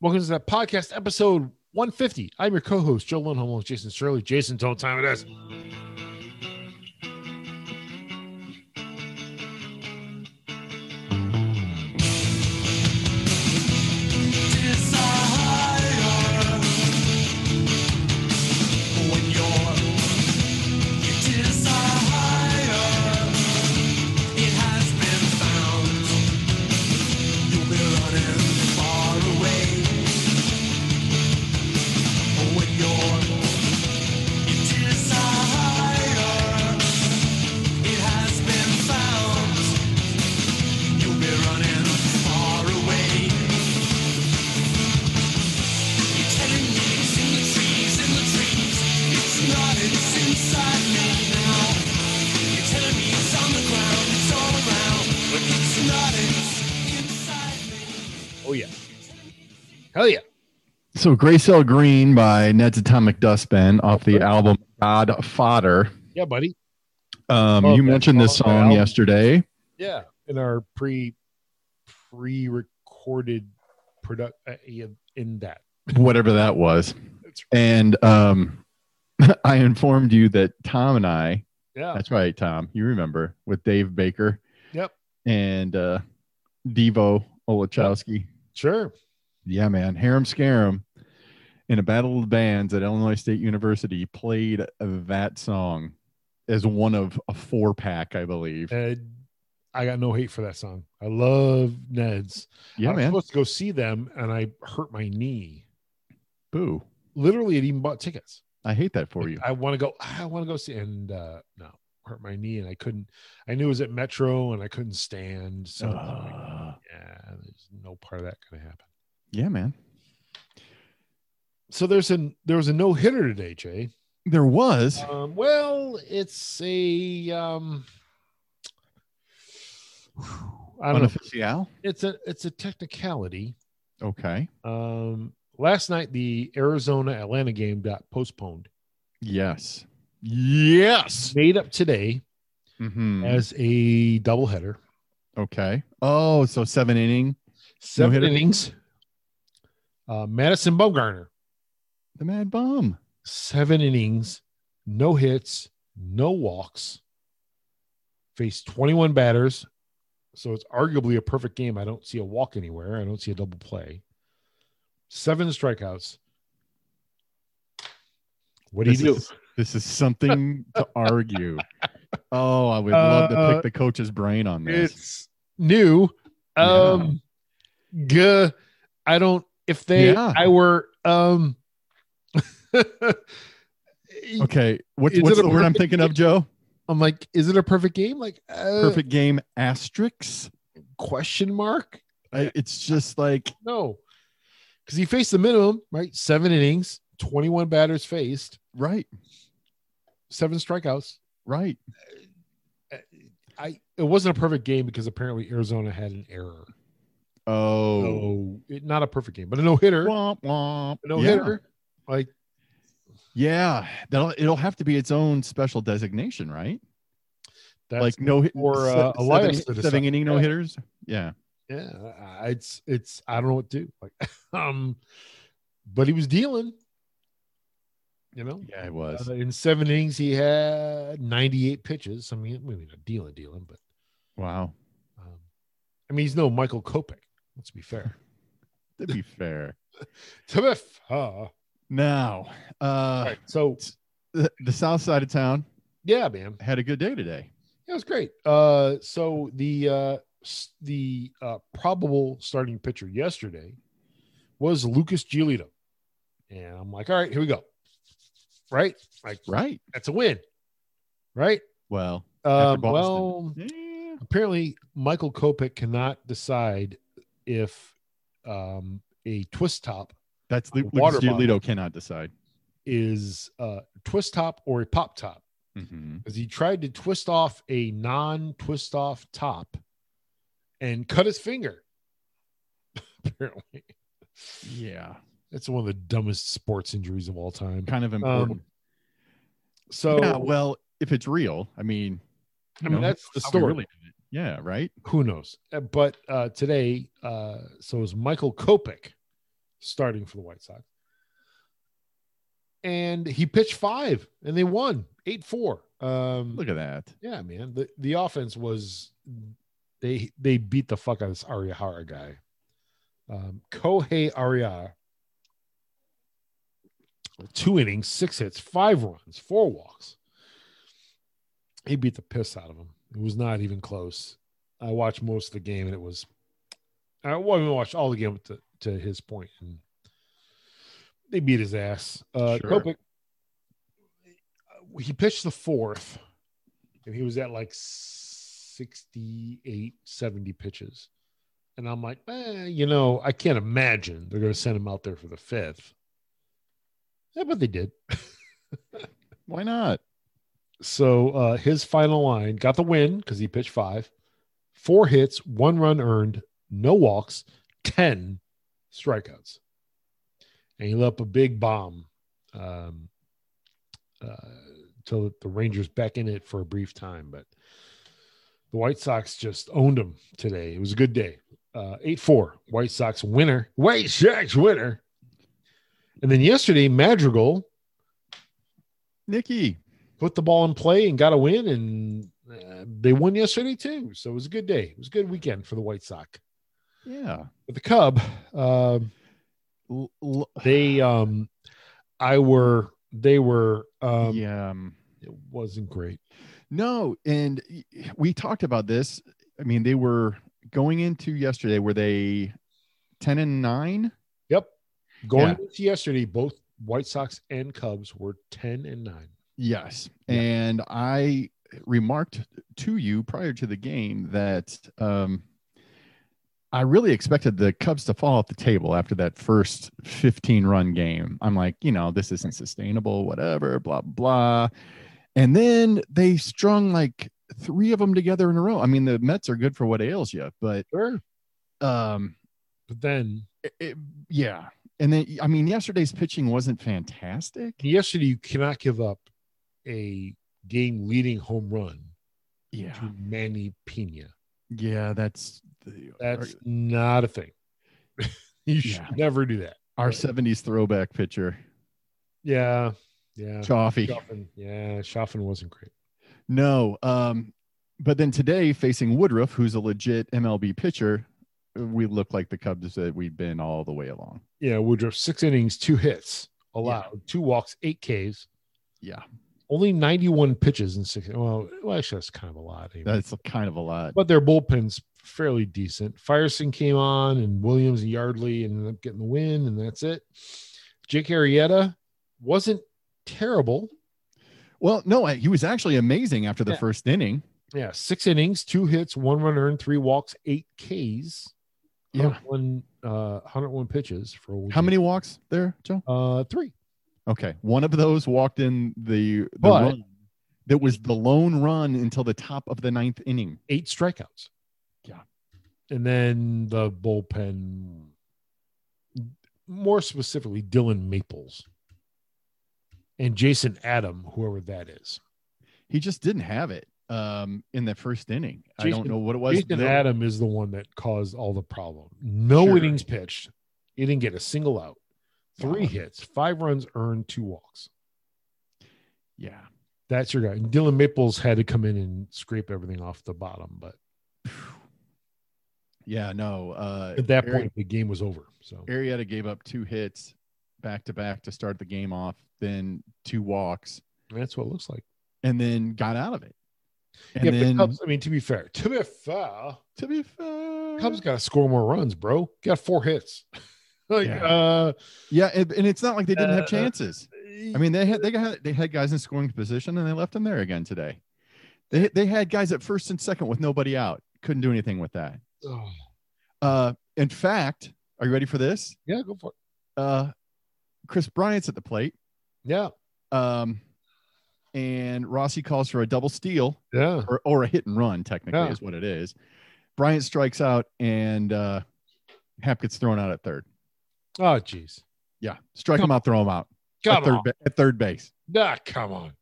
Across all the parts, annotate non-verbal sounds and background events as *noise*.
Welcome to the podcast episode 150. I'm your co-host, Joe Lindholm, along with Jason Shirley. Jason, don't time it is. Oh yeah. Hell yeah. So Grayscale Green by Ned's Atomic Dustbin off the album God Fodder. Yeah, buddy. Um, Oh, you that's mentioned this all song now. yesterday. Yeah. In our pre pre recorded product uh, yeah, in that. whatever that was. That's And um, *laughs* I informed you that Tom and I, Yeah. that's right, Tom, you remember, with Dave Baker Yep. and uh, Devo Olachowski. Sure. Yeah, man. Harem Scarum in a battle of the bands at Illinois State University played that song as one of a four pack, I believe. And I got no hate for that song. I love Ned's. I Yeah, was man. supposed to go see them and I hurt my knee. Boo. Literally, it even bought tickets. I hate that for Like, you. I want to go. I want to go see. And uh, no, hurt my knee, and I couldn't. I knew it was at Metro, and I couldn't stand. So I was like, Uh, yeah, there's no part of that gonna happen. yeah, man. So there's an there was a no hitter today, Jay. There was. Um, well, it's a um, I don't know. Unofficial. It's a it's a technicality. Okay. Um, last night the Arizona Atlanta game got postponed, Yes. Yes. made up today Mhm. as a doubleheader. okay. Oh, so seven inning. seven No-hitter. innings. Uh, Madison Bumgarner, The Mad Bum. seven innings, no hits, no walks, faced 21 batters. So it's arguably a perfect game. I don't see a walk anywhere. I don't see a double play. Seven strikeouts. What do you This do? is- This is something to *laughs* argue. Oh, I would love to Uh, pick the coach's brain on this. It's new. Um, guh, I don't. If they, Yeah. I were, um, *laughs* Okay. What, Is what's it a the word I'm perfect thinking of, Joe? I'm like, is it a perfect game? Like, uh, Perfect game asterisks. question mark? I, it's just like, No, because he faced the minimum, right? Seven innings, 21 batters faced, right, seven strikeouts. right. I it wasn't a perfect game because apparently Arizona had an error. Oh. So it, not a perfect game, but a no hitter, Womp, womp. no yeah. hitter. Like, Yeah. That'll, it'll have to be its own special designation, right? that's like no hit for, se- uh, Elias to seven, decide. seven inning no hitters. Yeah. yeah, I- it's it's I don't know what to do. Like, *laughs* um, but he was dealing. You know, Yeah, it was. Uh, in seven innings, he had 98 pitches. I mean, maybe not dealing, dealing, but Wow. um, I mean, he's no Michael Kopic. Let's be fair. *laughs* To be fair. To be fair. Now, uh, All right, so the, the south side of town yeah, man, had a good day today. that was great. Uh, so the uh, s- the uh, probable starting pitcher yesterday was Lucas Giolito, and I'm like, all right, here we go. Right, like Right. that's a win. Right. Well, Um, Boston. well, yeah. apparently Michael Kopic cannot decide if um, a twist top that's Lu- water Lucas Giolito cannot decide. is a twist top or a pop top hmm because he tried to twist off a non-twist off top and cut his finger. *laughs* apparently, Yeah. that's one of the dumbest sports injuries of all time. Kind of important. Um, So yeah. Well, if it's real, I mean, I mean, no, that's the how we story. really did it. yeah. Right. who knows? Uh, But uh, today, uh, so is Michael Kopic starting for the White Sox. And he pitched five and they won 8 4. Um, Look at that. yeah, man. The the offense was they they beat the fuck out of this Arihara guy. Um Kohei Aria. Two innings, six hits, five runs, four walks. He beat the piss out of him. It was not even close. I watched most of the game and it was I well, I mean, I watched all the game to, to his point and they beat his ass. Uh Sure. Kopech, he pitched the fourth and he was at like 68 70 pitches and i'm like eh, you know i can't imagine they're going to send him out there for the fifth yeah but they did Why not? so uh, his final line got the win because he pitched five four hits one run earned no walks 10 strikeouts and he let up a big bomb um, uh, to the rangers back in it for a brief time but the white sox just owned him today it was a good day uh, 8-4 white sox winner white sox winner and then yesterday madrigal Nikki, put the ball in play and got a win, and uh, they won yesterday too. So it was a good day. It was a good weekend for the White Sox. yeah. But the Cub, um, L- l- they, um, I were, they were, um, yeah. um, it wasn't great. No, and y- we talked about this. I mean, they were going into yesterday. Were they ten and nine? Yep. Going Yeah. into yesterday, both White Sox and Cubs were ten and nine. Yes. Yeah. And I remarked to you prior to the game that um, I really expected the Cubs to fall off the table after that first 15 run game. I'm like, you know, this isn't sustainable, whatever, blah, blah. And then they strung like three of them together in a row. I mean, the Mets are good for what ails you, but Sure. um, But then it- it, yeah. And then, I mean, yesterday's pitching wasn't fantastic. yesterday, you cannot give up a game leading home run Yeah. to Manny Pena. Yeah. That's, the, That's not a thing. *laughs* you should Yeah. never do that. Our Right. 70s throwback pitcher, Yeah. Yeah. Chaffee. Schaffen. Yeah. Schaffen wasn't great. No. Um, but then today, facing Woodruff, who's a legit MLB pitcher, we look like the Cubs that we've been all the way along. Yeah. Woodruff, six innings, two hits allowed, two walks, eight Ks, Yeah. only 91 pitches in six. Well, well, actually, that's kind of a lot. anyway. That's kind of a lot. but their bullpen's fairly decent. Fireson came on and Williams and Yardley ended up getting the win, and that's it. Jake Arrieta wasn't terrible. Well, no, I, he was actually amazing after the Yeah. first inning. Yeah, six innings, two hits, one run earned, three walks, eight Ks. Yeah. 101, uh, 101 pitches for old How Jake. many walks there, Joe? Uh, three. Okay. One of those walked in the, the But- run that was the lone run until the top of the ninth inning. eight strikeouts. Yeah. And then the bullpen, more specifically, Dylan Maples and Jason Adam, whoever that is. He just didn't have it um, in that first inning. I don't Jason- know what it was. Jason No- Adam is the one that caused all the problem. No Sure. innings pitched. He didn't get a single out. Three Wow. hits, five runs earned, two walks. Yeah. That's your guy. And Dylan Maples had to come in and scrape everything off the bottom, but Yeah, no. Uh, at that Ari- point the game was over. So Arietta gave up two hits back to back to start the game off, then two walks, that's what it looks like. and then got out of it. And Yeah, but then, Cubs, I mean, to be fair, to be fair, to be fair, Cubs got to score more runs, bro. Got four hits. *laughs* like, Yeah. uh, yeah, and, and it's not like they didn't Uh, have chances. I mean, they had they got they had guys in scoring position, and they left them there again today. They they had guys at first and second with nobody out. Couldn't do anything with that. oh, Uh, in fact, are you ready for this? yeah, go for it. Uh, Chris Bryant's at the plate. Yeah, Um, and Rossi calls for a double steal yeah. or, or a hit and run, technically, Yeah. is what it is. Bryant strikes out and uh, Hap gets thrown out at third. Oh, jeez. Yeah. Strike him out, throw him out at Come third, on. ba- at third base. Nah, come on.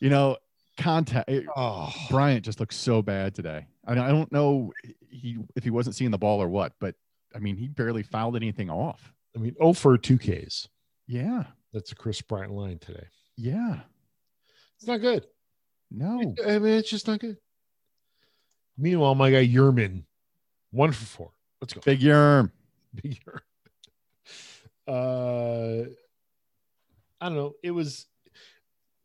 You know, contact. it- Oh, Bryant just looks so bad today. I, I don't know he, if he wasn't seeing the ball or what, but I mean, he barely fouled anything off. I mean, 0 for 2Ks. Yeah. That's a Chris Bryant line today. Yeah. It's not good. No. I mean, it's just not good. Meanwhile, my guy Yerman, one for four. Let's go. Big Yerm. *laughs* Big Yerman. Uh, I don't know. It was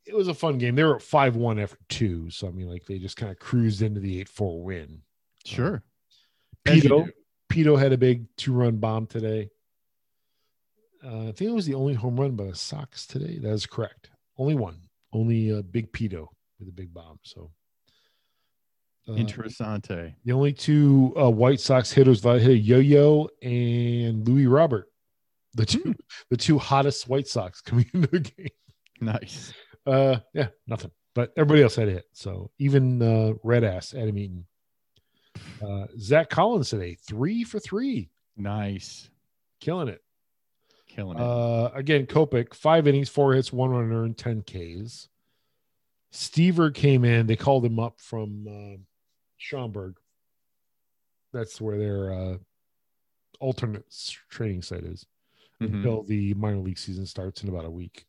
it was a fun game. They were five one after two, so I mean, like they just kind of cruised into the eight four win. Sure. As you Pito, do. Pito had a big two run bomb today. Uh, I think it was the only home run by the Sox today. That is correct. Only one. Only uh, Big Pito with a big bomb. So uh, Interessante. The only two uh, White Sox hitters that hit a yo-yo and Louis Robert, the two the two hottest White Sox *laughs* coming into the game. Nice. Uh, yeah, nothing. But everybody else had a hit. So even uh, Red Ass Adam Eaton, uh, Zach Collins today three for three, Nice. killing it. Killing it. Uh, again, Kopic, five innings, four hits, one run earned, 10 Ks. Stever came in. They called him up from uh, Schaumburg. That's where their uh, alternate s- training site is Mhm. until the minor league season starts in about a week.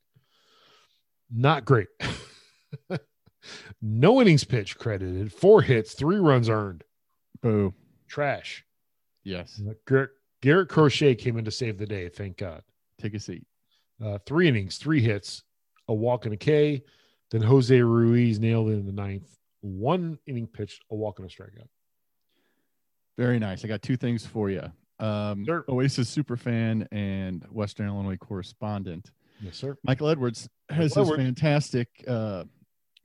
Not great. *laughs* no innings pitch credited, four hits, three runs earned. Boo. Trash. Yes. Garrett, Garrett Crochet came in to save the day. Thank God. Take a seat. uh, three innings, three hits, a walk and a K. Then Jose Ruiz nailed it in the ninth. One inning pitched, a walk and a strikeout. Very nice. I got two things for you. Um, Sure. Oasis super fan and Western Illinois correspondent. Yes, sir. Michael Edwards has Michael this Edwards. fantastic uh,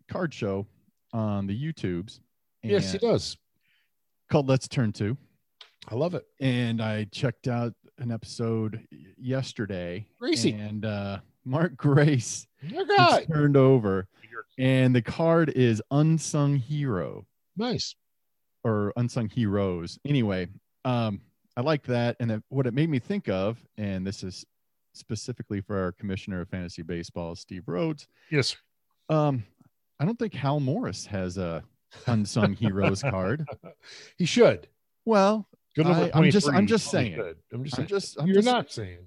card show on the YouTubes. Yes, he and- does. Called Let's Turn To. I love it. and I checked out an episode y- yesterday. Gracie. and uh, Mark Grace Your gets guy. turned over, and the card is unsung hero Nice. or unsung heroes. Anyway, um, I like that, and it, what it made me think of, and this is specifically for our commissioner of fantasy baseball, Steve Rhodes. Yes. Um, I don't think Hal Morris has a unsung *laughs* heroes card. sir. he should. Well, Good I- number I'm just- 23, I'm just probably saying. should. I'm just I'm saying. just I'm You're just not saying.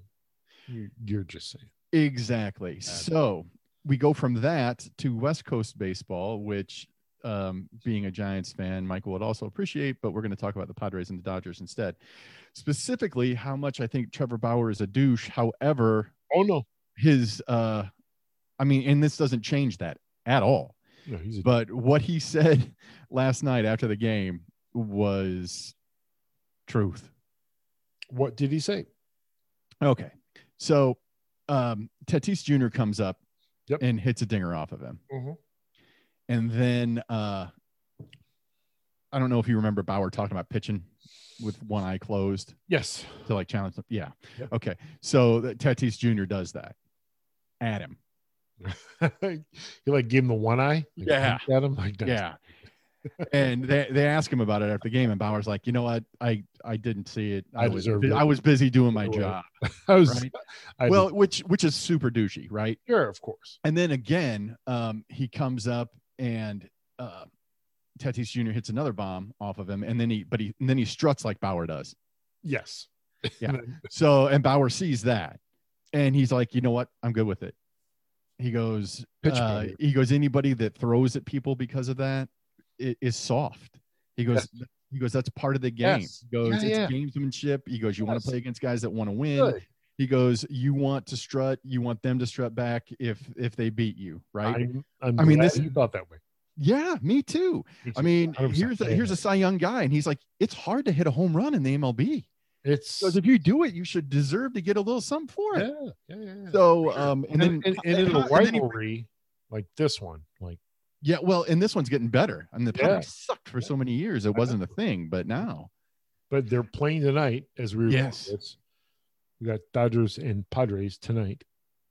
You're, you're just saying. Exactly. So we go from that to West Coast baseball, which, um, being a Giants fan, Michael would also appreciate, but we're going to talk about the Padres and the Dodgers instead. Specifically, how much I think Trevor Bauer is a douche. However, Oh no. his, uh, I mean, and this doesn't change that at all. No, he's a, But what he said *laughs* last night after the game was truth. what did he say? Okay. So um, Tatis Jr. comes up Yep. and hits a dinger off of him. And then uh I don't know if you remember Bauer talking about pitching with one eye closed Yes. *laughs* to like challenge them. Yeah. Yep. Okay. So that Tatis Jr. does that. At him. you like gave him the one eye. Like, Yeah. winked At him. Like, nice. Yeah. *laughs* and they, they ask him about it after the game, and Bauer's like, you know what? I I didn't see it. I was deserved it." I was busy doing my Right. job. I was. *laughs* Right. I well, well, which which is super douchey, right? sure, of course. And then again, um, he comes up and uh, Tatis Jr. hits another bomb off of him, and then he but he and then he struts like Bauer does. Yes. Yeah. So, and Bauer sees that and he's like, you know what? I'm good with it. He goes, Pitch uh, better. he goes, anybody that throws at people because of that i- is soft. He goes, he goes, that's part of the game. Yes. He goes, Yeah, it's yeah. gamesmanship. He goes, you want Yes. to play against guys that want to win. Good. He goes, you want to strut, you want them to strut back if if they beat you, right? I'm, I'm I mean, glad this- you thought that way. yeah, me too. I mean, 100%. here's a, here's a Cy Young guy, and he's like, it's hard to hit a home run in the MLB. it's Because if you do it, you should deserve to get a little something for it. yeah, yeah, yeah. yeah. So Sure. um and, and, then and, and in a and then he- rivalry like this one, like yeah, well, and this one's getting better. I mean the Yeah. Padres sucked for so many years; it know. wasn't a thing, but now, but they're playing tonight as we record Yes. this. We got Dodgers and Padres tonight.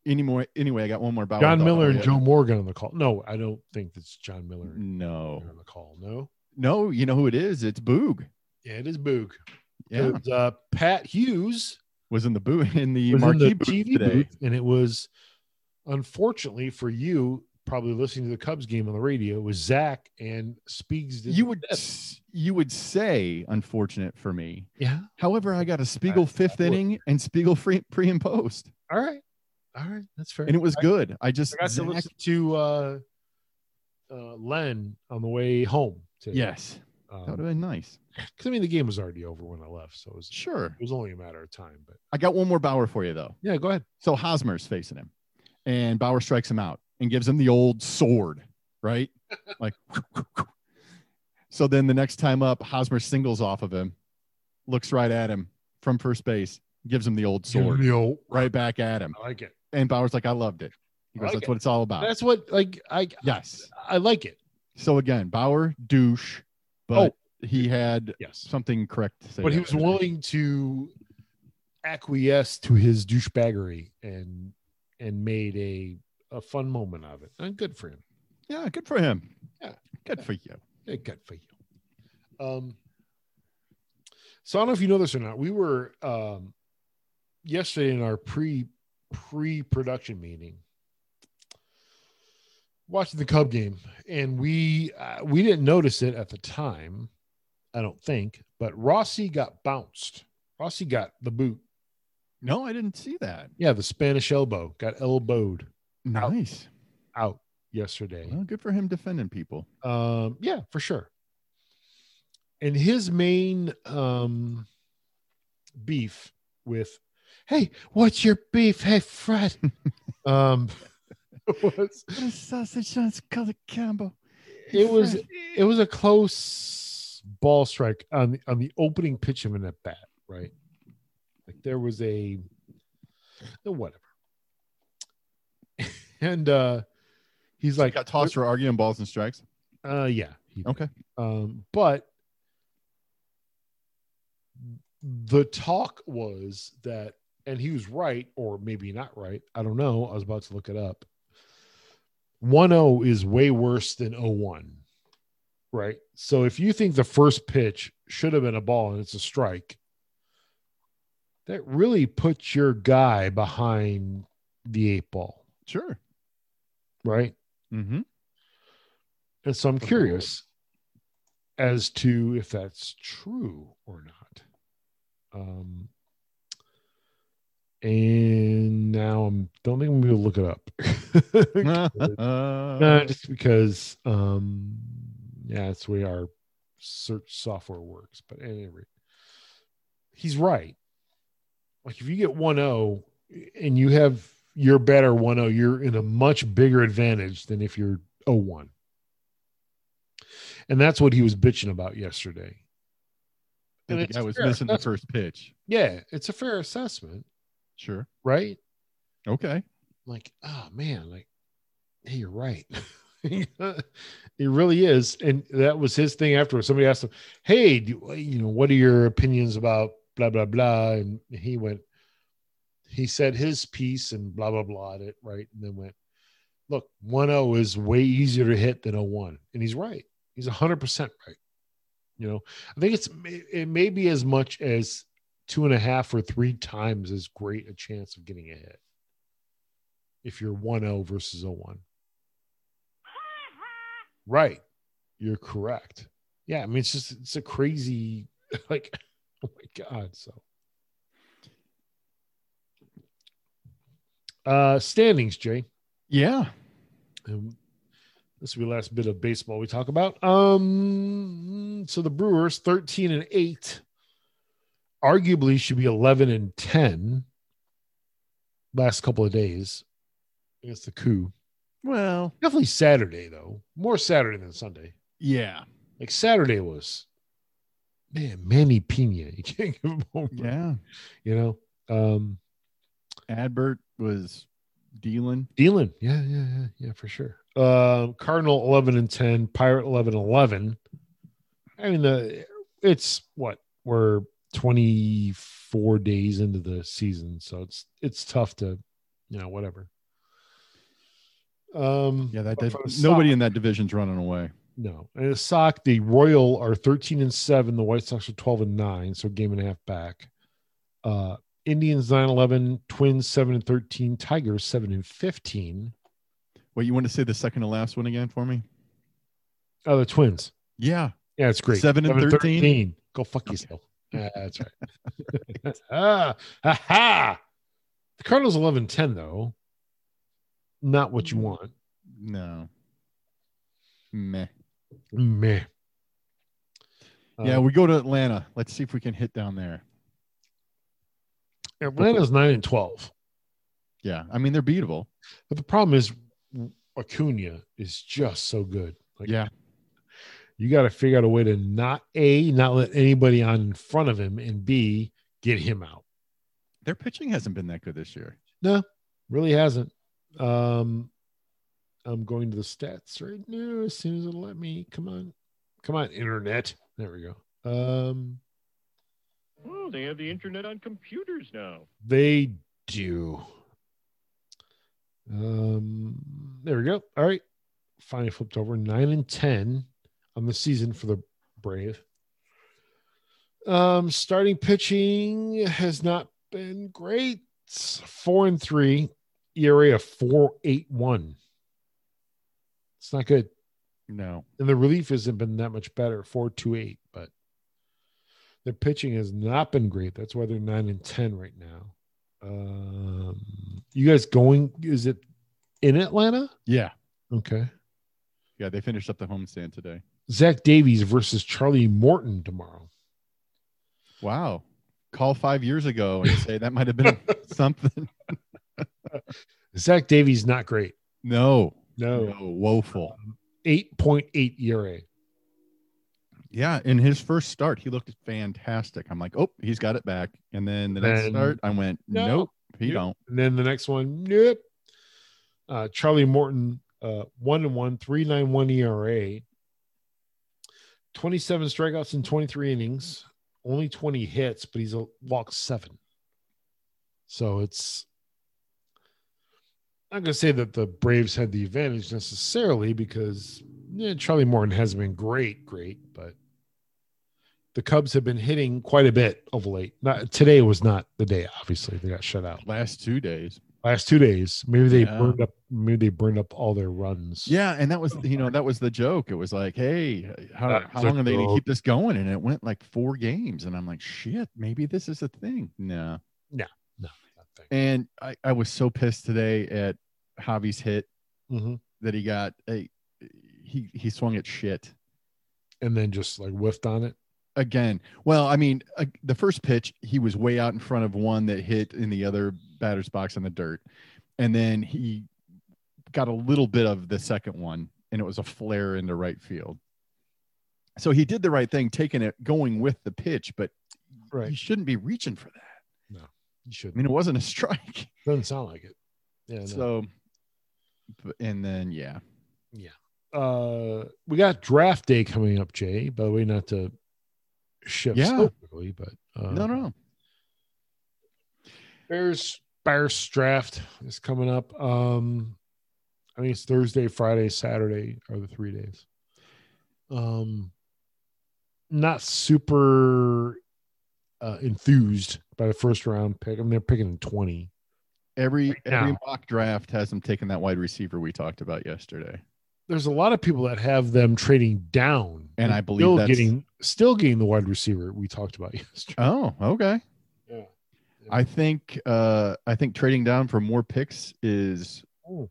anymore. Anyway, I got one more about John Miller and Joe Morgan on the call. No, I don't think that's John Miller and No, Morgan on the call. No, no, you know who it is? It's Boog. yeah, it is Boog. Yeah, It was, uh, Pat Hughes was in the boo *laughs* in the was in marquee the booth TV today. booth, and it was unfortunately for you probably listening to the Cubs game on the radio was Zach and Spiegs. did You would s- you would say unfortunate for me. yeah. However, I got a Spiegel fifth would. inning and Spiegel free, pre and post, All right, all right, that's fair. and it was I- good. I just I got Zach- to listen to uh, uh, Len on the way home. Today. yes, that would have been nice. because I mean the game was already over when I left, so it was Sure, it was only a matter of time. But I got one more Bauer for you though. yeah, go ahead. So Hosmer's facing him, and Bauer strikes him out and gives him the old sword, *laughs* right? like, so then the next time up, Hosmer singles off of him, looks right at him from first base, gives him the old sword, No, right back at him. I like it. And Bauer's like, I loved it. I He goes, like That's it. what it's all about. That's what like I yes. I like it. So again, Bauer, douche, but Oh. he had Yes, something correct to say. but he was about it. willing to acquiesce to his douchebaggery and and made a a fun moment of it. And good for him. Yeah, good for him. Yeah. Good for you. Yeah, good for you. Um, so I don't know if you know this or not. We were um, yesterday in our pre pre production meeting watching the Cub game, and we uh, we didn't notice it at the time. I don't think, but Rossi got bounced. Rossi got the boot. No, I didn't see that. Yeah, the Spanish elbow got elbowed Nice. out yesterday. Well, good for him defending people. um yeah for sure and his main um beef with hey what's your beef hey *laughs* fred um was, What a sausage on color combo. it was it was a close ball strike on the, on the opening pitch of an at bat right like there was a whatever *laughs* and uh he's like like got tossed for arguing balls and strikes. Uh, yeah. he did. Okay. Um, but the talk was that, and he was right, or maybe not right. I don't know. I was about to look it up. 1 0 is way worse than 0 1. Right. So if you think the first pitch should have been a ball and it's a strike, that really puts your guy behind the eight ball. Sure. Right. Mm-hmm. And so I'm Okay. curious as to if that's true or not. Um, and now I'm don't think I'm gonna look it up. Uh, *laughs* *laughs* Uh, just because um yeah, that's the way our search software works. But at any rate, he's right. Like if you get 1-0 and you have your better 1-0, you're in a much bigger advantage than if you're 0-1. And that's what he was bitching about yesterday. and the it's guy was fair. missing the That's- first pitch. Yeah, it's a fair assessment, Sure. right? Okay. like, oh man, like, hey, you're right. *laughs* it really is. And that was his thing afterwards. Somebody asked him, hey, do, you know, what are your opinions about blah, blah, blah? And he went, he said his piece and blah, blah, blah it, right? And then went, look, 1 0 is way easier to hit than a 1. And he's right. He's 100% right. You know, I think it's, it may be as much as two and a half or three times as great a chance of getting a hit if you're 1-0 versus a 1. Right. You're correct. Yeah, I mean it's just it's a crazy *laughs* like oh my god, so uh standings, Jay. Yeah. Um, this will be the last bit of baseball we talk about. Um so the Brewers 13 and 8 arguably should be 11 and 10 last couple of days against the coup Well. definitely Saturday though. More Saturday than Sunday. Yeah. Like Saturday was, man, Manny Pena. *laughs* You can't give him over. Yeah. You know, um, Adbert was dealing. Dylan. Yeah, yeah, yeah, yeah, for sure. Um, Cardinal eleven and ten. Pirate 11 11. I mean the it's what we're twenty four days into the season, so it's it's tough to, you know, whatever. Um, Yeah, that but did, for the nobody in that division's running away. No. And the sock, the Royal are 13 and 7. The White Sox are 12 and 9, so game and a half back. Uh Indians 9 11, Twins 7 and 13, Tigers 7 and 15. Wait, you want to say the second to last one again for me? Oh, the twins. Yeah. Yeah, it's great. Seven and 13? Go fuck Okay. yourself. Yeah, that's right. *laughs* ah, ha, ha. The Cardinals 11 10, though. Not what Mm. you want. No. Meh. Meh. yeah, Uh, we go to Atlanta. Let's see if we can hit down there. Atlanta's 9 and 12. Yeah. I mean, they're beatable. But the problem is Acuna is just so good. Like yeah. you got to figure out a way to not a not let anybody on in front of him, and b get him out. Their pitching hasn't been that good this year. No, really hasn't. Um, I'm going to the stats right now as soon as it'll let me. Come on, come on, internet. There we go. Um, Well, they have the internet on computers now. They do. Um, there we go. All right. Finally flipped over nine and ten on the season for the Brave. Um, starting pitching has not been great. Four and three, ERA E of four eight one. It's not good No. and the relief hasn't been that much better four two eight but their pitching has not been great that's why they're 9 and 10 right now um you guys going is it in atlanta Yeah. okay Yeah. They finished up the homestand today. zach davies versus charlie morton tomorrow Wow. Call five years ago and say that might *laughs* have been something. zach davies not great No. no Woeful. 8.8 era Yeah. In his first start, he looked fantastic. I'm like, oh, he's got it back. And then the next Then- start, I went, No. nope, he Nope. don't. and then the next one nope uh charlie morton uh one and one E 391 era 27 strikeouts in 23 innings only 20 hits but he's a walk seven so it's I'm not gonna say that the Braves had the advantage necessarily because yeah, Charlie Morton hasn't been great, great, but the Cubs have been hitting quite a bit of late. Not today was not the day, obviously. They got shut out Last two days. last two days. Maybe they Yeah. burned up. Maybe they burned up all their runs. Yeah, and that was you know that was the joke. It was like, hey, how, That's how a long are they going to joke. keep this going? And it went like four games, and I'm like, shit, maybe this is a thing. No, and I, I was so pissed today at Javi's hit hmm that he got a he he swung at shit And then just like whiffed on it. again. Well, I mean, uh, the first pitch he was way out in front of one that hit in the other batter's box in the dirt, and then he got a little bit of the second one, and it was a flare into right field. So he did the right thing, taking it, going with the pitch, but you Right. shouldn't be reaching for that. You I shouldn't. mean, it wasn't *laughs* a strike. Doesn't sound like it. Yeah. no. So, but- and then yeah, uh, we got draft day coming up, Jay. By the way, not to shift Yeah. so quickly, but uh, no, no, no. Bears Bears draft is coming up. Um, I think it's Thursday, Friday, Saturday are the three days. Um, not super uh, enthused by the first round pick. I mean, they're picking in twenty. Every every now. mock draft has them taking that wide receiver we talked about yesterday. There's a lot of people that have them trading down, And I believe still that's- getting still getting the wide receiver we talked about *laughs* yesterday. Oh, okay. Yeah. I think uh, I think trading down for more picks is Ooh.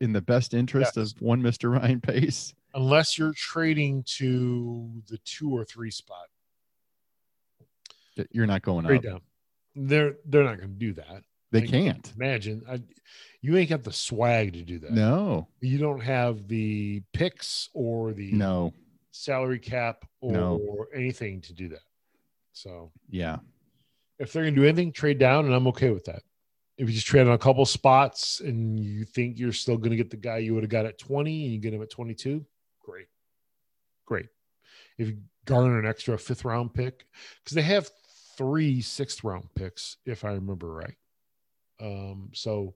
in the best interest Yes. of one Mister *laughs* Ryan Pace. unless you're trading to the two or three spot. that You're not going Trade up. down. They're they're not going to do that. They Thank can't. Imagine I, you ain't got the swag to do that. No, You don't have the picks or the no. salary cap or No. anything to do that. So Yeah, if they're going to do anything, trade down, and I'm okay with that. If you just trade on a couple spots and you think you're still going to get the guy you would have got at 20 and you get him at 22, great. Great. If you garner an extra fifth round pick, because they have three sixth round picks, if I remember right. Um, so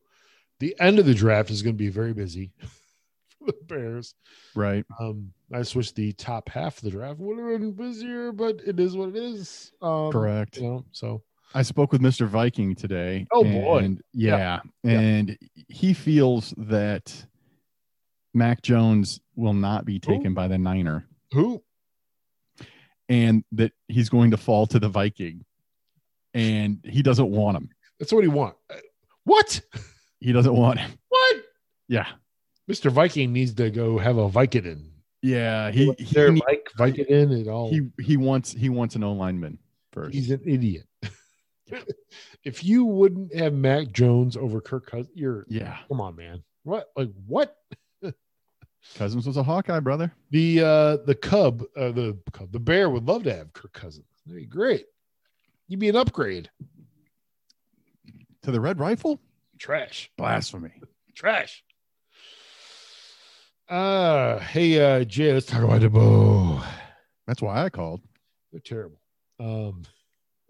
the end of the draft is going to be very busy *laughs* for the Bears. right. Um, I just wish the top half of the draft would have been busier, but it is what it is. Um, Correct. You know, so. I spoke with Mister Viking today. Oh, boy. and- Yeah. yeah, Yeah. and he feels that Mac Jones will not be taken by the Niner Who? and that he's going to fall to the Viking. And he doesn't want him. That's what he want. Uh, What? He doesn't want him. *laughs* What? Yeah. Mr. Viking needs to go have a Vicodin. Yeah. He he, They're need- like Vicodin and all. he he wants he wants an O lineman first. He's an idiot. *laughs* if you wouldn't have Mac Jones over Kirk Cousins, you're yeah. come on, man. What? Like what? Cousins was a Hawkeye, brother. The uh the cub, uh, the cub, the bear would love to have Kirk Cousins. That'd be great. You'd be an upgrade. To the red rifle? Trash. Blasphemy. Trash. Uh hey uh Jay, let's talk about the bow. That's why I called. They're terrible. Um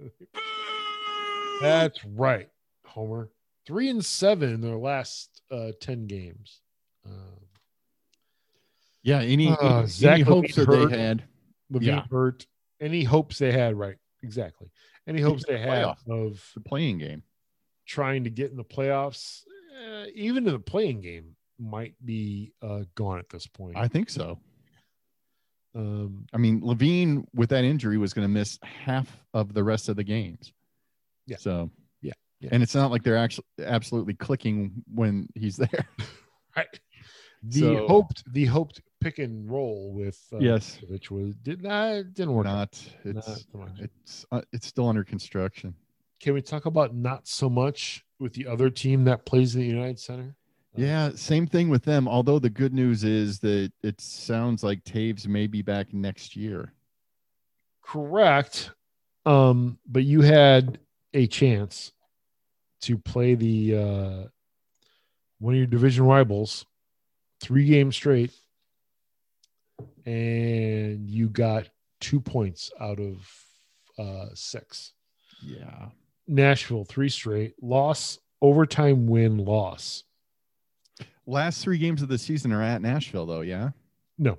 *laughs* That's right, Homer. Three and seven in their last uh ten games. Um Yeah, any, Uh, any- Zach any hopes that Levine they hurt. had. Levine Yeah. hurt. Any hopes they had, right? Exactly. Any hopes they had of The playing game. trying to get in the playoffs, uh, even in the playing game, might be uh, gone at this point. I think so. um, I mean, Levine with that injury was going to miss half of the rest of the games. Yeah. So Yeah, yeah. and it's not like they're actually absolutely clicking when he's *laughs* there. right. The So- hoped the hoped pick and roll with uh, Yes. which was did not didn't work. out. not. Not It's so much. it's uh, it's still under construction. Can we talk about not so much with the other team that plays in the United Center? Yeah, same thing with them. Although the good news is that it sounds like Taves may be back next year. Correct. Um, but you had a chance to play the uh, one of your division rivals three games straight, and you got two points out of uh, six. Yeah. Nashville three straight loss, overtime win, loss. Last three games of the season are at Nashville, though. Yeah. No,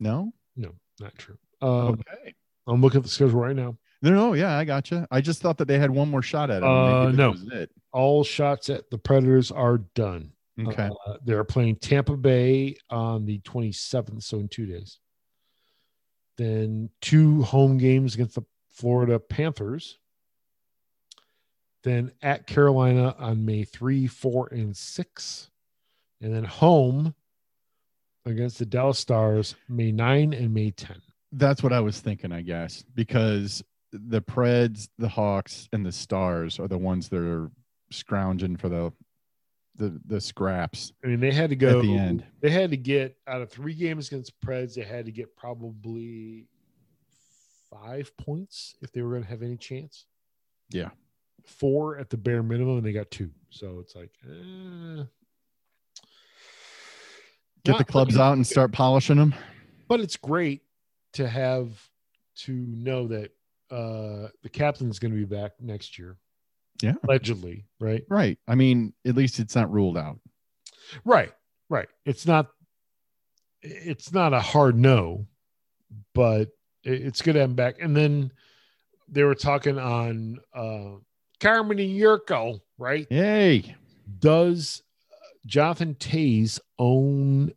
No. no, not true. Um, okay. I'm looking at the schedule right now. No, no, yeah, I gotcha. I just thought that they had one more shot at it. Uh, Maybe that no. was it. All shots at the Predators are done. Okay. Uh, they're playing Tampa Bay on the 27th, so in two days. Then two home games against the Florida Panthers. Then at Carolina on May 3, 4, and 6. And then home against the Dallas Stars May 9 and May 10. That's what I was thinking, I guess, because the Preds, the Hawks, and the Stars are the ones that are scrounging for the the the scraps I mean, they had to go at the end. They had to get out of three games against Preds, they had to get probably five points if they were going to have any chance. Yeah. Four at the bare minimum, and they got two. So it's like, eh. Get the Not clubs looking out and start polishing them. but it's great to have to know that uh the captain's going to be back next year. Yeah. Allegedly, right? Right. I mean, at least it's not ruled out. Right, right. It's not it's not a hard no, but it- it's good to have him back. And then they were talking on uh Carmen and Yurko, right? Yay. Does uh, Jonathan Tays own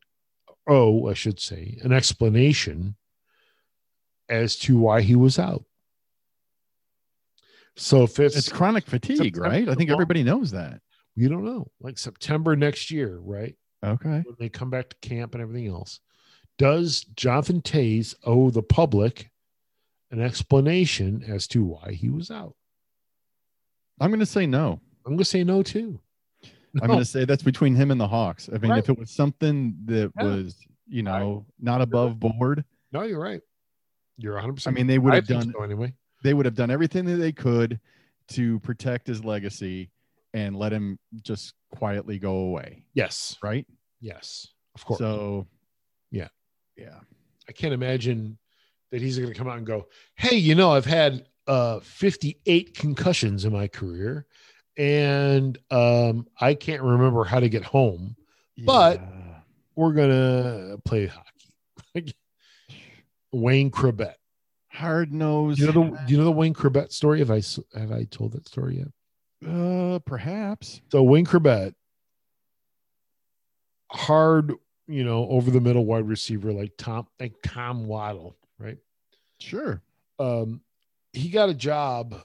oh, I should say, an explanation as to why he was out? So if it's, It's chronic fatigue, right? I think everybody knows that. you don't know, like September next year, right? Okay. when they come back to camp and everything else. Does Jonathan Tays owe the public an explanation as to why he was out? I'm going to say no. I'm going to say no too. I'm going to say that's between him and the Hawks. I mean, Right. if it was something that Yeah. was, you know, not above board, No, you're right. You're 100. percent I mean, they would have think done so anyway. they would have done everything that they could to protect his legacy and let him just quietly go away, Yes, right? yes, of course. So, Yeah. yeah, I can't imagine that he's going to come out and go, "Hey, you know, I've had uh, 58 concussions in my career, and um, I can't remember how to get home." But- Yeah. we're gonna play hockey. Like, Wayne Krebet. hard nosed, You know the you know the Wayne Krebet story. Have I s- have I told that story yet? uh, perhaps So Wayne Krebet, hard you know, over the middle wide receiver like Tom like Tom Waddle, right? Sure. Um, he got a job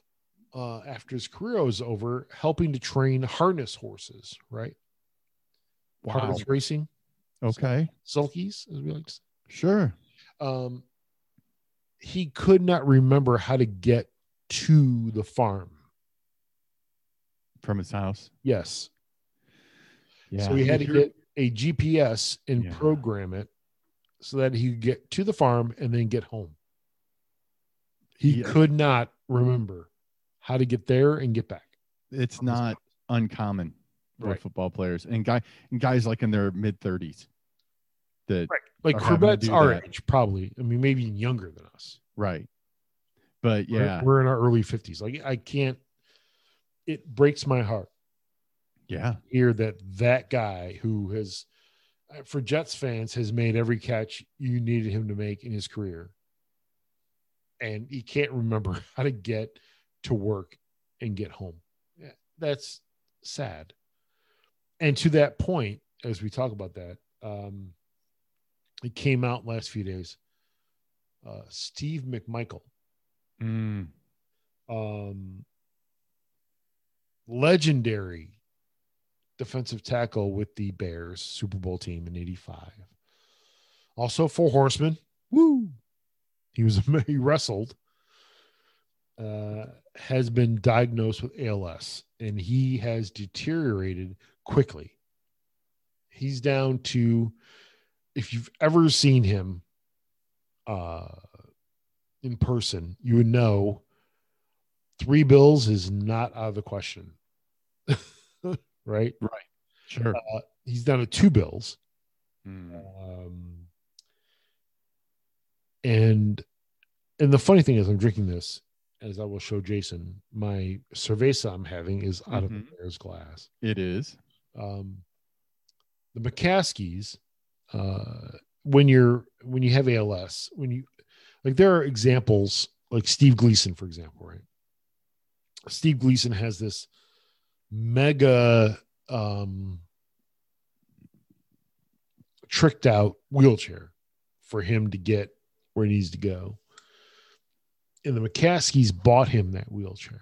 uh, after his career was over, helping to train harness horses, right? Wow. Harness racing, Okay. sulkies, as we like to say. Sure. Um, he could not remember how to get to the farm. From his house. Yes, Yeah. So he had to Sure. get a GPS and Yeah. program it so that he could get to the farm and then get home. He Yeah. could not remember how to get there and get back. It's not uncommon for Right. football players and guy and guys like in their mid thirties. That Right. Like Or having to Corbett's do our that. age, probably. I mean, maybe even younger than us. right. But We're- yeah, We're, in our early 50s. Like, I can't, it breaks my heart yeah, to hear that that guy who has, uh, for Jets fans, has made every catch you needed him to make in his career. And he can't remember *laughs* how to get to work and get home. Yeah, That's sad. And to that point, as we talk about that, um, it came out last few days. Uh, Steve McMichael, Mm, um, legendary defensive tackle with the Bears Super Bowl team in '85. Also, four horsemen. Woo! He was *laughs* he wrestled. Uh, has been diagnosed with ALS, and he has deteriorated quickly. He's down to, if you've ever seen him, uh, in person, you would know three bills is not out of the question. *laughs* right? sure. Uh, he's down to two bills. Mm. Um, and and the funny thing is, I'm drinking this, as I will show Jason. My cerveza I'm having is out of Mhm. a bear's glass. It is. Um, the McCaskies, uh, when you're when you have ALS, when you like, there are examples like Steve Gleason, for example, right? Steve Gleason has this mega um, tricked out wheelchair for him to get where he needs to go. And the McCaskies bought him that wheelchair.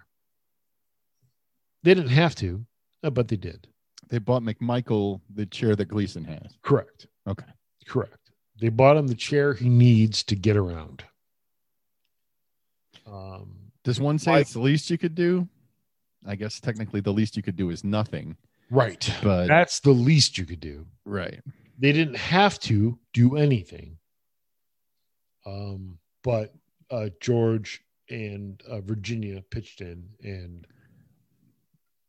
They didn't have to, uh, but they did. They bought McMichael the chair that Gleason has. Correct. Okay. Correct. They bought him the chair he needs to get around. Um, Does one say Why- it's the least you could do? I guess technically the least you could do is nothing. right. But That's the least you could do. right. They didn't have to do anything. Um, but uh, George and uh, Virginia pitched in, and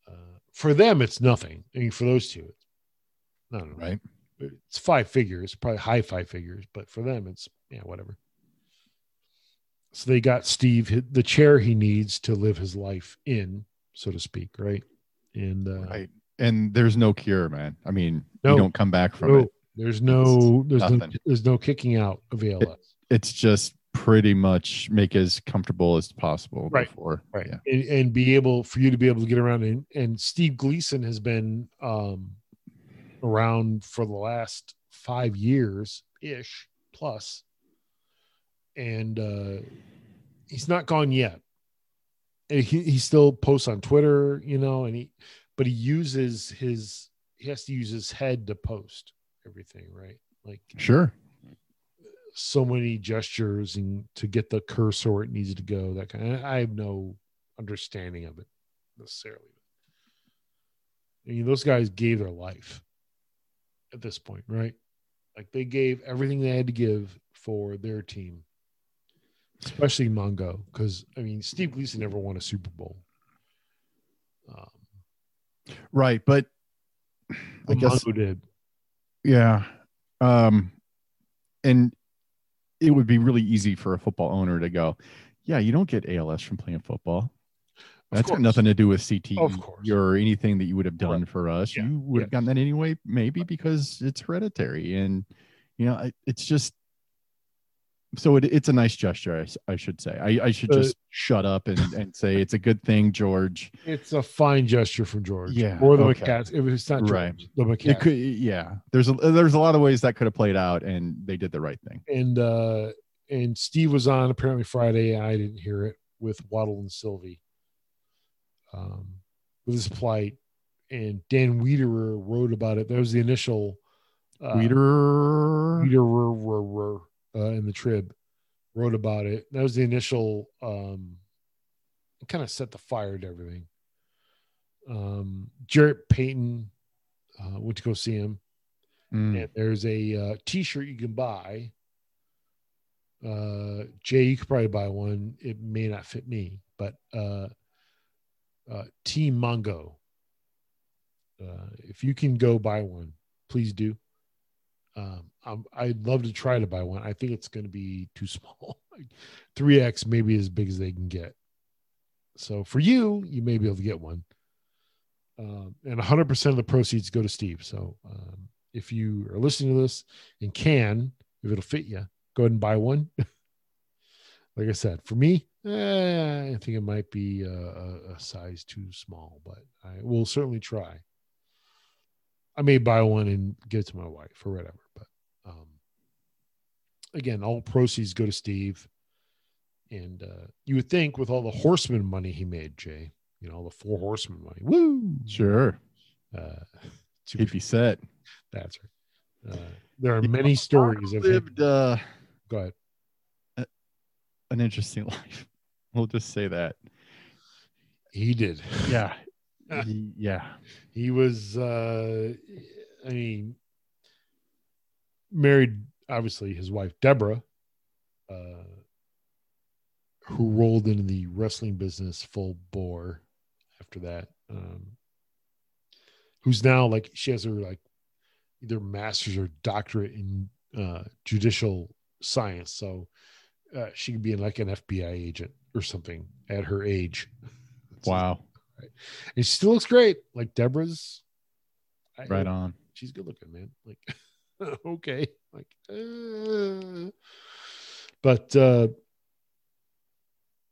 uh, for them, it's nothing. I mean, for those two, it's, I don't know. Right. it's five figures, probably high five figures, but for them, it's yeah, whatever. So they got Steve hi- the chair he needs to live his life in, so to speak, right? And uh, Right. And there's no cure, man. I mean, No. you don't come back from no, it. there's no there's no, nothing. there's no kicking out of ALS, It's just pretty much make as comfortable as possible Right. before. Yeah. And, and be able for you to be able to get around. And, and Steve Gleason has been um, around for the last five years ish plus, and uh, he's not gone yet. And he, he still posts on Twitter, you know, and he, but he uses his, he has to use his head to post everything, right? Like Sure. so many gestures and to get the cursor where it needs to go, that kind of, I have no understanding of it necessarily. I mean, those guys gave their life at this point, right? Like they gave everything they had to give for their team, especially Mongo, because I mean, Steve Gleason never won a Super Bowl. Um, Right. But I but guess Mongo did. Yeah. Um and it would be really easy for a football owner to go, Yeah, you don't get ALS from playing football. Of That's got course. nothing to do with CTE Of course. or anything that you would have done for us. Yeah. You would have gotten that anyway, maybe because it's hereditary. And you know, it- it's just so it, it's a nice gesture, I, s- I should say. I, I should Uh, just shut up and, and say it's a good *laughs* thing, George. It's a fine gesture from George. Yeah, Or the okay. McCats. If it's not George, Right. the It McCats. could, yeah. There's a there's a lot of ways that could have played out, and they did the right thing. and uh and Steve was on apparently Friday. and I didn't hear it with Waddle and Sylvie. Um, with his plight, and Dan Wiederer wrote about it. That was the initial uh, Weeder. Wiederer uh, in the Trib wrote about it. That was the initial. Um, it kind of set the fire to everything. Um, Jarrett Payton uh, went to go see him Mm. and there's a uh, t-shirt you can buy uh jay you could probably buy one it may not fit me but uh uh team mongo uh if you can go buy one please do um I'm, i'd love to try to buy one i think it's going to be too *laughs* small 3x maybe as big as they can get so for you you may be able to get one um, and 100% of the proceeds go to steve so um, if you are listening to this and can, if it'll fit you, go ahead and buy one. *laughs* like I said, for me, eh, I think it might be a, a, a size too small, but I will certainly try. I may buy one and give it to my wife or whatever. But um, again, all proceeds go to Steve. And uh, you would think with all the horseman money he made, Jay, you know, all the four horseman money, woo! Sure, Uh, *laughs* to be he'd be set. that's right. Uh, there are Yeah, many stories of him. lived uh, Go ahead. an interesting *laughs* life. We'll just say that. He did. *laughs* Yeah, He- yeah. He was, uh, I mean, married, obviously, his wife, Deborah, uh, who rolled into the wrestling business full bore after that. Um, who's now like, she has her like either master's or doctorate in uh, judicial science. So uh, she could be like an FBI agent or something at her age. Wow. And she still looks great. Like Deborah's I- Right on. She's good looking, man. Like, *laughs* okay. Like, uh. but uh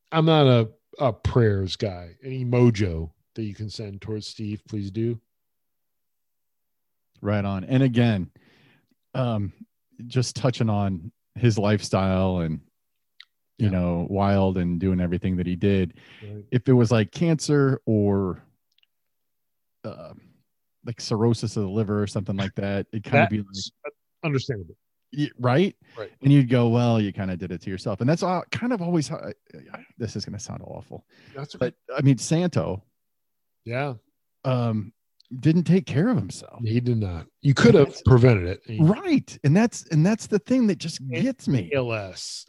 I'm not a, a prayers guy. Any mojo that you can send towards Steve, please do. Right on. And again, um, just touching on his lifestyle and you Yeah. know, wild and doing everything that he did. Right. If it was like cancer or uh, like cirrhosis of the liver or something like that, it kind of be like That's understandable. y- right? Right. And you'd go, well, you kind of did it to yourself. And that's all, kind of always how I- this is going to sound awful. That's But I mean, Santo yeah. um, didn't take care of himself. He did not. You could have prevented it. He- Right. And that's and that's the thing that just It- gets me. ALS.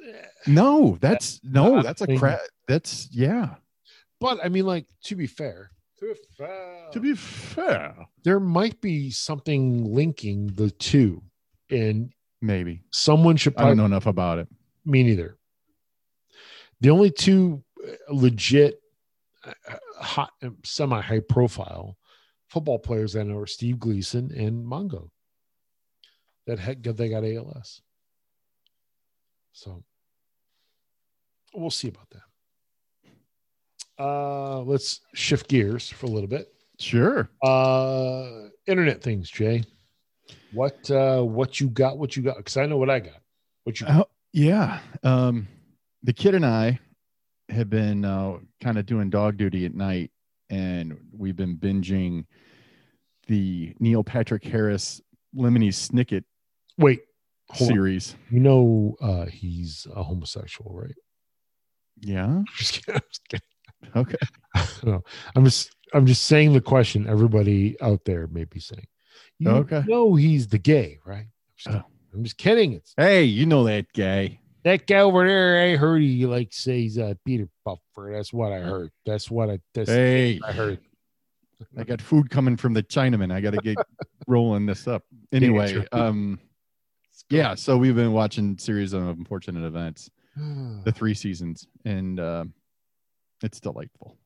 No, that's no, not that's a a thing. crap. That's yeah. But I mean, like, to be fair. To be fair. be fair, there might be something linking the two, and maybe someone should I don't probably know enough about it. me neither. The only two uh, legit, uh, hot, semi high profile football players I know are Steve Gleason and Mongo. That heck, they got ALS. So we'll see about that. Uh, let's shift gears for a little bit. Sure. Uh, internet things, Jay. What uh, what you got? What you got? Because I know what I got. What you got? Oh, yeah. Um, the kid and I have been uh, kind of doing dog duty at night, and we've been binging the Neil Patrick Harris Lemony Snicket Wait, hold on. series. You know uh, he's a homosexual, right? *laughs* Yeah. I'm just kidding. I'm just kidding. Okay. *laughs* No, I'm just I'm just saying the question everybody out there may be saying. You Okay. know he's the gay, right? I'm just, Oh. I'm just kidding. It's Hey, you know that guy. that guy over there. I heard he like says uh, Peter Puffer. That's what I heard. That's what I that's Hey, what I heard. I got food coming from the Chinaman. I got to get rolling this up. Anyway, sure. um, yeah. So we've been watching series of unfortunate events, the three seasons, and uh, it's delightful.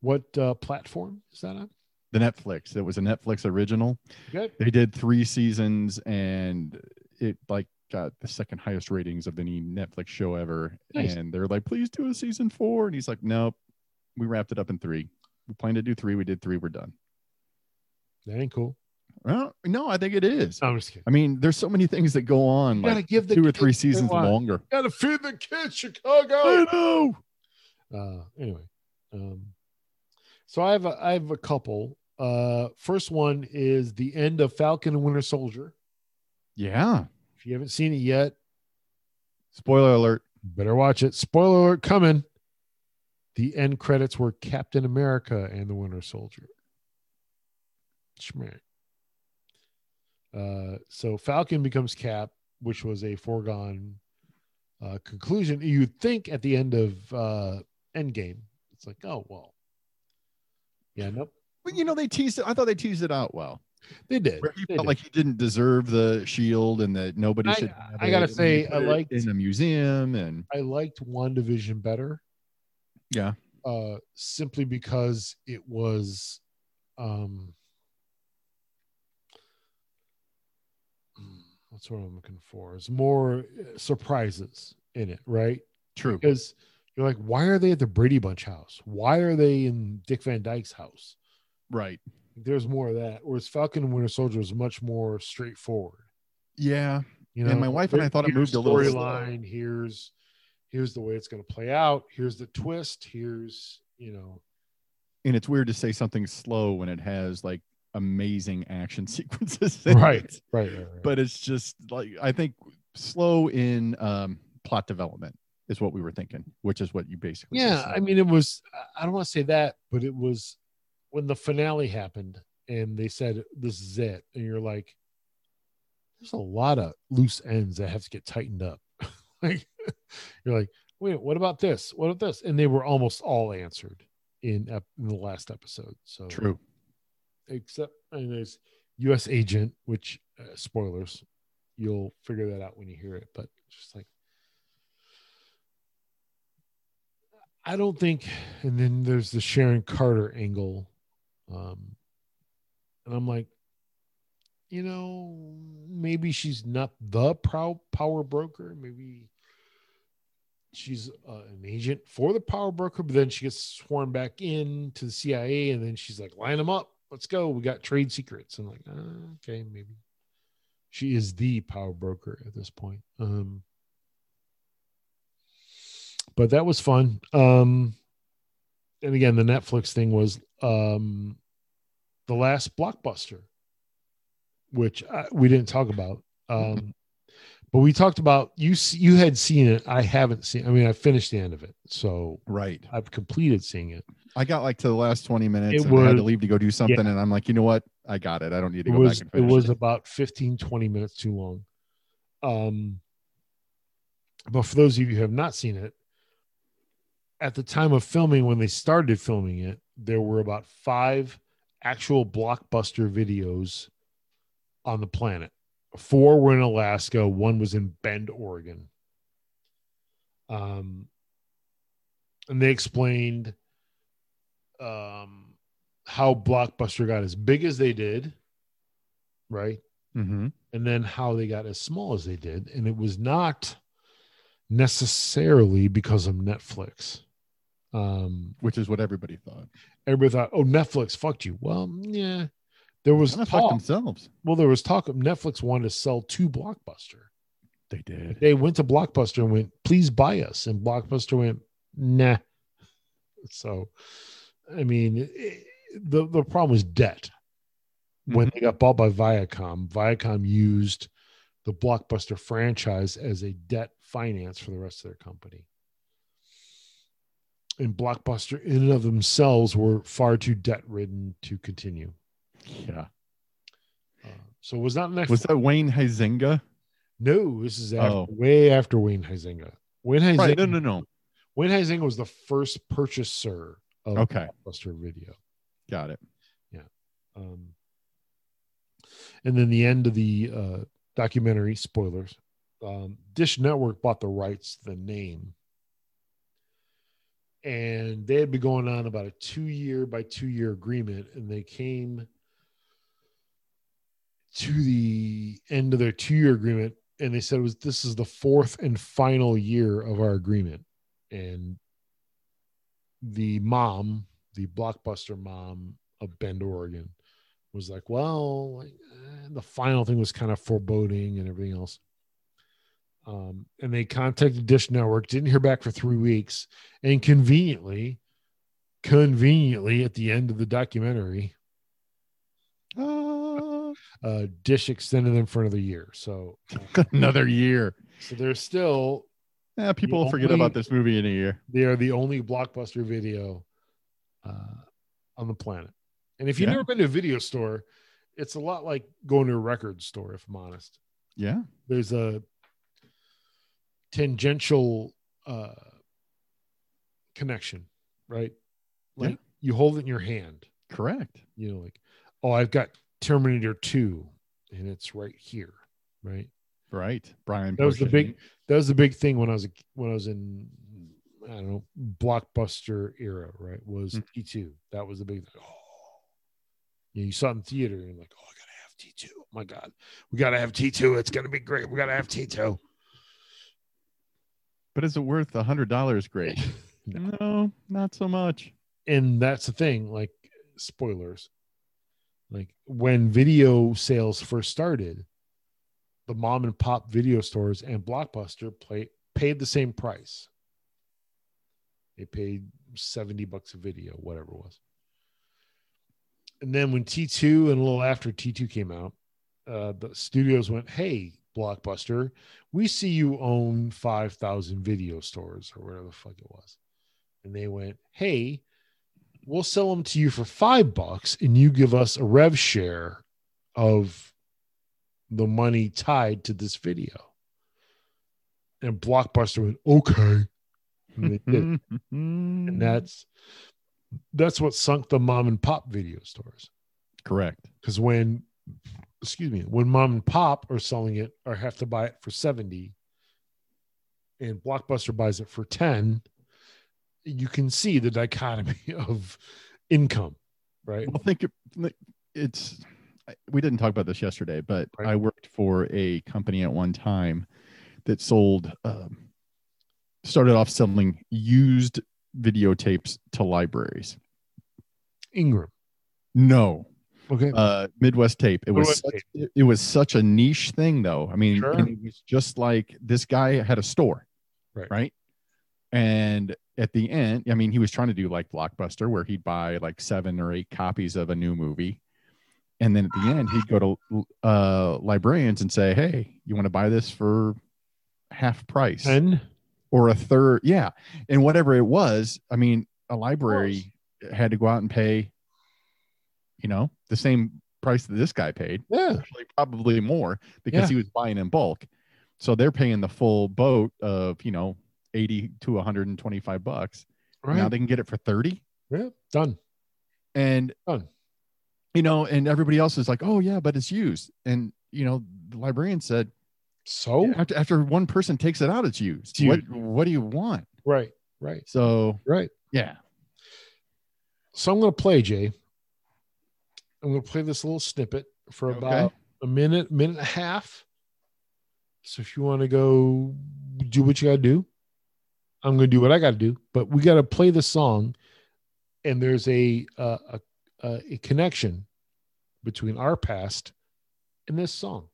what uh, platform is that on? The Netflix. It was a Netflix original. Good. They did three seasons, and it like got the second highest ratings of any Netflix show ever. Nice. And they're like, please do a season four. And he's like, nope, we wrapped it up in three. We planned to do three. We did three. We're done. That ain't cool. Well, no, I think it is. I'm just kidding. I mean, there's so many things that go on You gotta like give the two or kids three what they seasons want. longer. Gotta feed the kids, Chicago. I know. Uh, anyway, um, so I have a, I have a couple. Uh, first one is the end of Falcon and Winter Soldier. Yeah. If you haven't seen it yet, Spoiler alert. better watch it. Spoiler alert coming. The end credits were Captain America and the Winter Soldier. Schmack. Uh, so Falcon becomes Cap, which was a foregone uh, conclusion. You'd think at the end of uh, Endgame, it's like, oh, well. Yeah, nope. But you know, they teased it. I thought they teased it out well. They did. Where he They felt did. like he didn't deserve the shield and that nobody I- should. have I gotta it. And say, they put I it liked- in a museum and I liked WandaVision better. yeah, uh, simply because it was um mm, what's what I'm looking for is more uh, surprises in it, right? true. Because you're like, why are they at the Brady Bunch house? Why are they in Dick Van Dyke's house? Right. There's more of that. Whereas Falcon and Winter Soldier was much more straightforward. Yeah. You know, And my wife and I thought it here's moved a little slow. storyline. Here's here's the way it's going to play out. Here's the twist. Here's you *laughs* know And it's weird to say something slow when it has like amazing action *laughs* sequences. in right, it. right, right, right. But it's just like, I think slow in um, plot development is what we were thinking, which is what you basically just yeah said. i mean it was I- i don't want to say that but it was when the finale happened and they said this is it and you're like there's a lot of loose ends that have to get tightened up *laughs* like you're like wait what about this what about this and they were almost all answered in, ep- in the last episode so true. except and there's us agent which uh, spoilers you'll figure that out when you hear it but just like i don't think and then there's the sharon carter angle um and i'm like you know maybe she's not the prow- power broker maybe she's uh, an agent for the power broker, but then she gets sworn back in to the CIA, and then she's like, "Line them up, let's go. We got trade secrets." I'm like, "Ah, okay, maybe she is the power broker at this point. Um, but that was fun. Um, and again, the Netflix thing was um, the last blockbuster, which I, we didn't talk about. Um, *laughs* but we talked about you. s- You had seen it. I haven't seen. I mean, I finished the end of it, so Right. I've completed seeing it. I got like to the last 20 minutes It and I had to was- leave to go do something. And I'm like, you know what? I got it. I don't need to It go was back and it finish was about 15, 20 minutes too long. Um, but for those of you who have not seen it, at the time of filming, when they started filming it, there were about five actual blockbuster videos on the planet. Four were in Alaska, one was in Bend, Oregon. Um, and they explained um, how Blockbuster got as big as they did, right? hmm and then how they got as small as they did. And it was not necessarily because of Netflix. Um, Which is what everybody thought. everybody thought, oh, Netflix fucked you. Well, yeah. There was Kinda fucked talk. themselves. Well, there was talk of Netflix wanted to sell to Blockbuster. They did. They went to Blockbuster and went, please buy us. And Blockbuster went, nah. So, I mean, it- the, the problem was debt. When Mm-hmm. they got bought by Viacom, Viacom used the Blockbuster franchise as a debt finance for the rest of their company. And Blockbuster, in and of themselves, were far too debt ridden to continue. Yeah. Uh, so, it was not Netflix. *laughs* Was that Wayne Huizenga? no, this is after, Oh. way after Wayne Huizenga. Wayne Huizenga. Right. No, no, no. Wayne Huizenga was the first purchaser of Okay. Blockbuster Video. *laughs* Got it. Um, and then the end of the uh, documentary, spoilers, um, Dish Network bought the rights to the name. And they had been going on about a two year by two year agreement, and they came to the end of their two year agreement and they said it was this is the fourth and final year of our agreement and the mom the blockbuster mom of bend oregon was like well like, eh, the final thing was kind of foreboding and everything else um, and they contacted dish network didn't hear back for three weeks and conveniently conveniently at the end of the documentary Ah, uh, dish extended them for another year so uh, another year. so they're still Yeah, people will forget only- about this movie in a year. they are the only blockbuster video uh, on the planet. And if you've Yeah. never been to a video store, it's a lot like going to a record store, if I'm honest. Yeah. There's a tangential uh, connection, right? Like Yeah. you hold it in your hand, Correct. you know, like, oh, I've got Terminator 2 and it's right here, right? Right. Brian. That was the Posehn. big- that was the big thing when I was a, when I was in I don't know blockbuster era, right? Was Mm. T two that was the big thing. Oh, you, know, you saw it in theater and you're like, oh, I gotta have T two. Oh my god, we gotta have T two. It's gonna be great. We gotta have T two. But is it worth a hundred dollars? Great. *laughs* No. no, not so much. And that's the thing. Like spoilers. Like when video sales first started, the mom and pop video stores and Blockbuster play, paid the same price. They paid 70 bucks a video, whatever it was. And then when T2 and a little after T2 came out, uh, the studios went, Hey, Blockbuster, we see you own 5,000 video stores or whatever the fuck it was. And they went, Hey, we'll sell them to you for five bucks and you give us a rev share of the money tied to this video. And Blockbuster went, Okay. And they *laughs* did and and that's that's what sunk the mom and pop video stores correct. because when excuse me when mom and pop are selling it or have to buy it for 70 and blockbuster buys it for 10 you can see the dichotomy *laughs* of income right Well, think it- like, it's. I- We didn't talk about this yesterday, but Right. I worked for a company at one time that sold, um, started off selling used videotapes to libraries. ingram No, okay uh, Midwest Tape. It was Midwest such, Tape. it, it was such a niche thing, though. I mean, Sure. and it was just like this guy had a store, Right. Right. And at the end, I mean, he was trying to do like Blockbuster, where he'd buy like seven or eight copies of a new movie, and then at the end, he'd go to uh, librarians and say, "Hey, you want to buy this for half price 10 or a third? Yeah, and whatever it was. I mean, a library had to go out and pay, you know, the same price that this guy paid yeah actually probably more because Yeah. he was buying in bulk. So they're paying the full boat of, you know, 80 to 125 bucks. right Now they can get it for 30. yeah done And, Done. you know, and everybody else is like, oh, yeah, but it's used. And, you know, the librarian said, "Oh, so after, after one person takes it out, it's used. Dude. What, what do you want? right right So, right yeah. so i'm going to play jay i'm going to play this little snippet for about Okay. a minute, minute and a half. So if you want to go do what you got to do, I'm going to do what I got to do. But we got to play the song, and there's a uh, a, a a connection between our past and this song.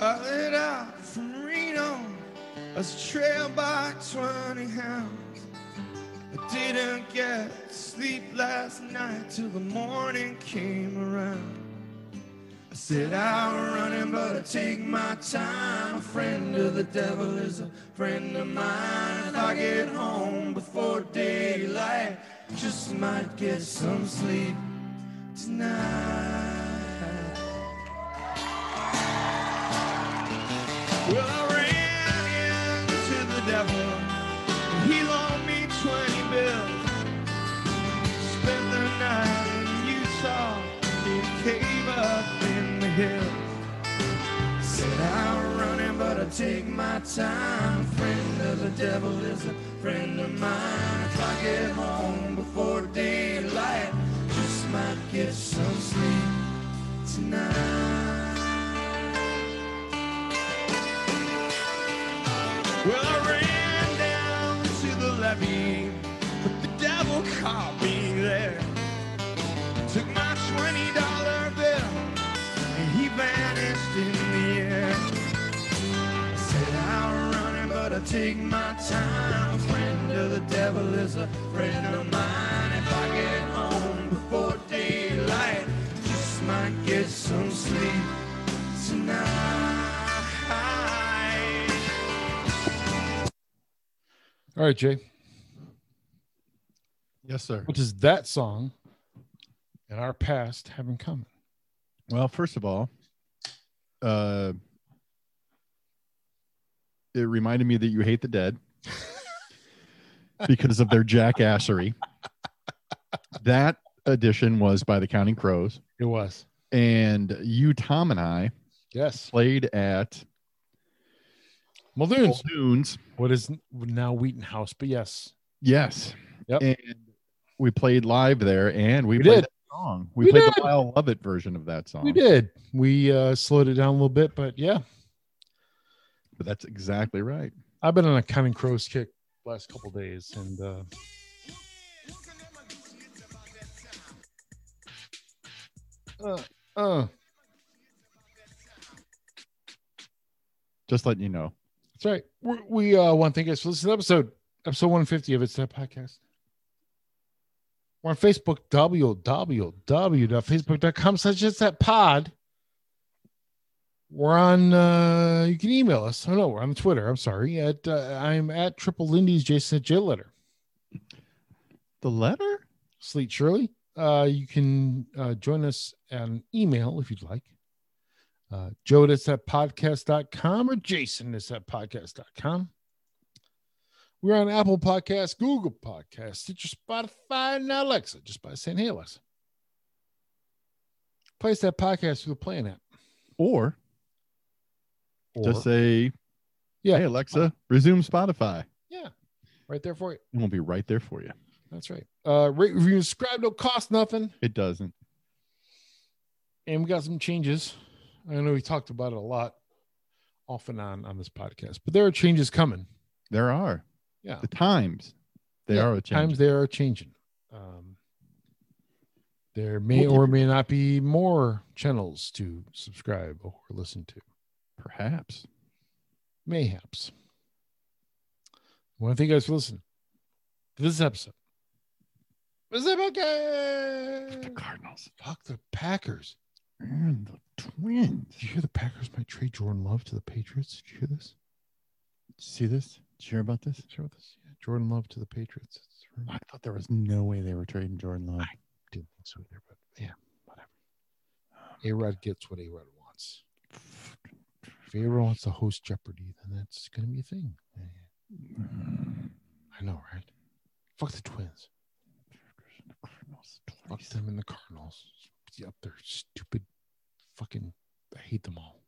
I lit out from Reno as a trail by 20 hounds. I didn't get to sleep last night till the morning came around. I said I'm running, but I take my time. A friend of the devil is a friend of mine. If I get home before daylight, just might get some sleep tonight. Well, I ran into the devil. and He gotta take my time. Friend of the devil is a friend of mine. If I get home before daylight, just might get some sleep tonight. Well, I ran down to the levee, but the devil caught me there. Took my twenty dollar bill and he vanished in the air. I said I'm running, but I take my time. A friend of the devil is a friend of mine. If I get home before daylight, just might get some sleep tonight. All right, Jay. Yes, sir. What does that song and our past have in common? Well, first of all, uh, it reminded me that you hate *laughs* the dead because of their jackassery. that edition was by the Counting Crows, It was. and you, Tom, and I Yes. played at Muldoon's. Dunes. What is now Wheaton House, but yes. Yes. Yep. And we played live there, and we, We played did. that song. We, We played the did. Lyle Lovett version of that song. We did. We uh, slowed it down a little bit, but yeah, But that's exactly right. I've been on a Counting Crows kick last couple days, and uh, uh, uh, Just letting you know. that's right. We, we uh, want to thank you guys for listening to the episode, episode 150 of It's That Podcast. We're on Facebook, www.facebook.com slash It's That Pod. We're on, uh, you can email us. Oh, no, we're on Twitter. I'm sorry. At uh, I'm at Triple Lindy's Jason at J Letter. The letter? Sleet Shirley. Uh, you can uh, join us on email if you'd like. Uh, Joe that's at podcast.com or Jason that's at podcast.com. We're on Apple Podcasts, Google Podcasts, Stitcher, Spotify, and Alexa, just by saying, hey, Alexa. Place that podcast through the playing app. Or, Or just say, Yeah. hey, Alexa, resume Spotify. right there for you. And we'll be right there for you. That's right. Uh, rate, review, and subscribe. Don't cost nothing. It doesn't. and we got some changes. I know we talked about it a lot off and on on this podcast, but there are changes coming. There are. Yeah. The times. They Yeah, are a Times change. they are changing. Um, there may or may not be more channels to subscribe or listen to. Perhaps. Mayhaps. I want to thank you guys for listening to this episode. This is The podcast. Cardinals. Fuck the Packers. And the twins. Did you hear the Packers might trade Jordan Love to the Patriots? Did you hear this? See this? Did you hear about this? Sure with us. Yeah, Jordan Love to the Patriots. It's really- I thought there was no way they were trading Jordan Love. didn't think so either, but yeah, whatever. A Rod gets what A Rod wants. If A Rod wants to host Jeopardy, then that's going to be a thing. Yeah, yeah. Mm. I know, right? Fuck the Twins. Fuck them and the Cardinals. Be up there, stupid fucking. I hate them all.